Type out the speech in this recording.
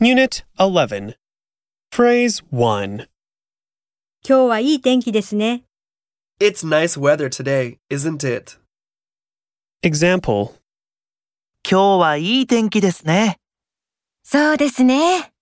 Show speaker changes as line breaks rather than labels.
Unit 11. Phrase 1.
今日はいい天気ですね。
It's nice weather today, isn't it?
Example.
今日はいい天気ですね。
そうですね。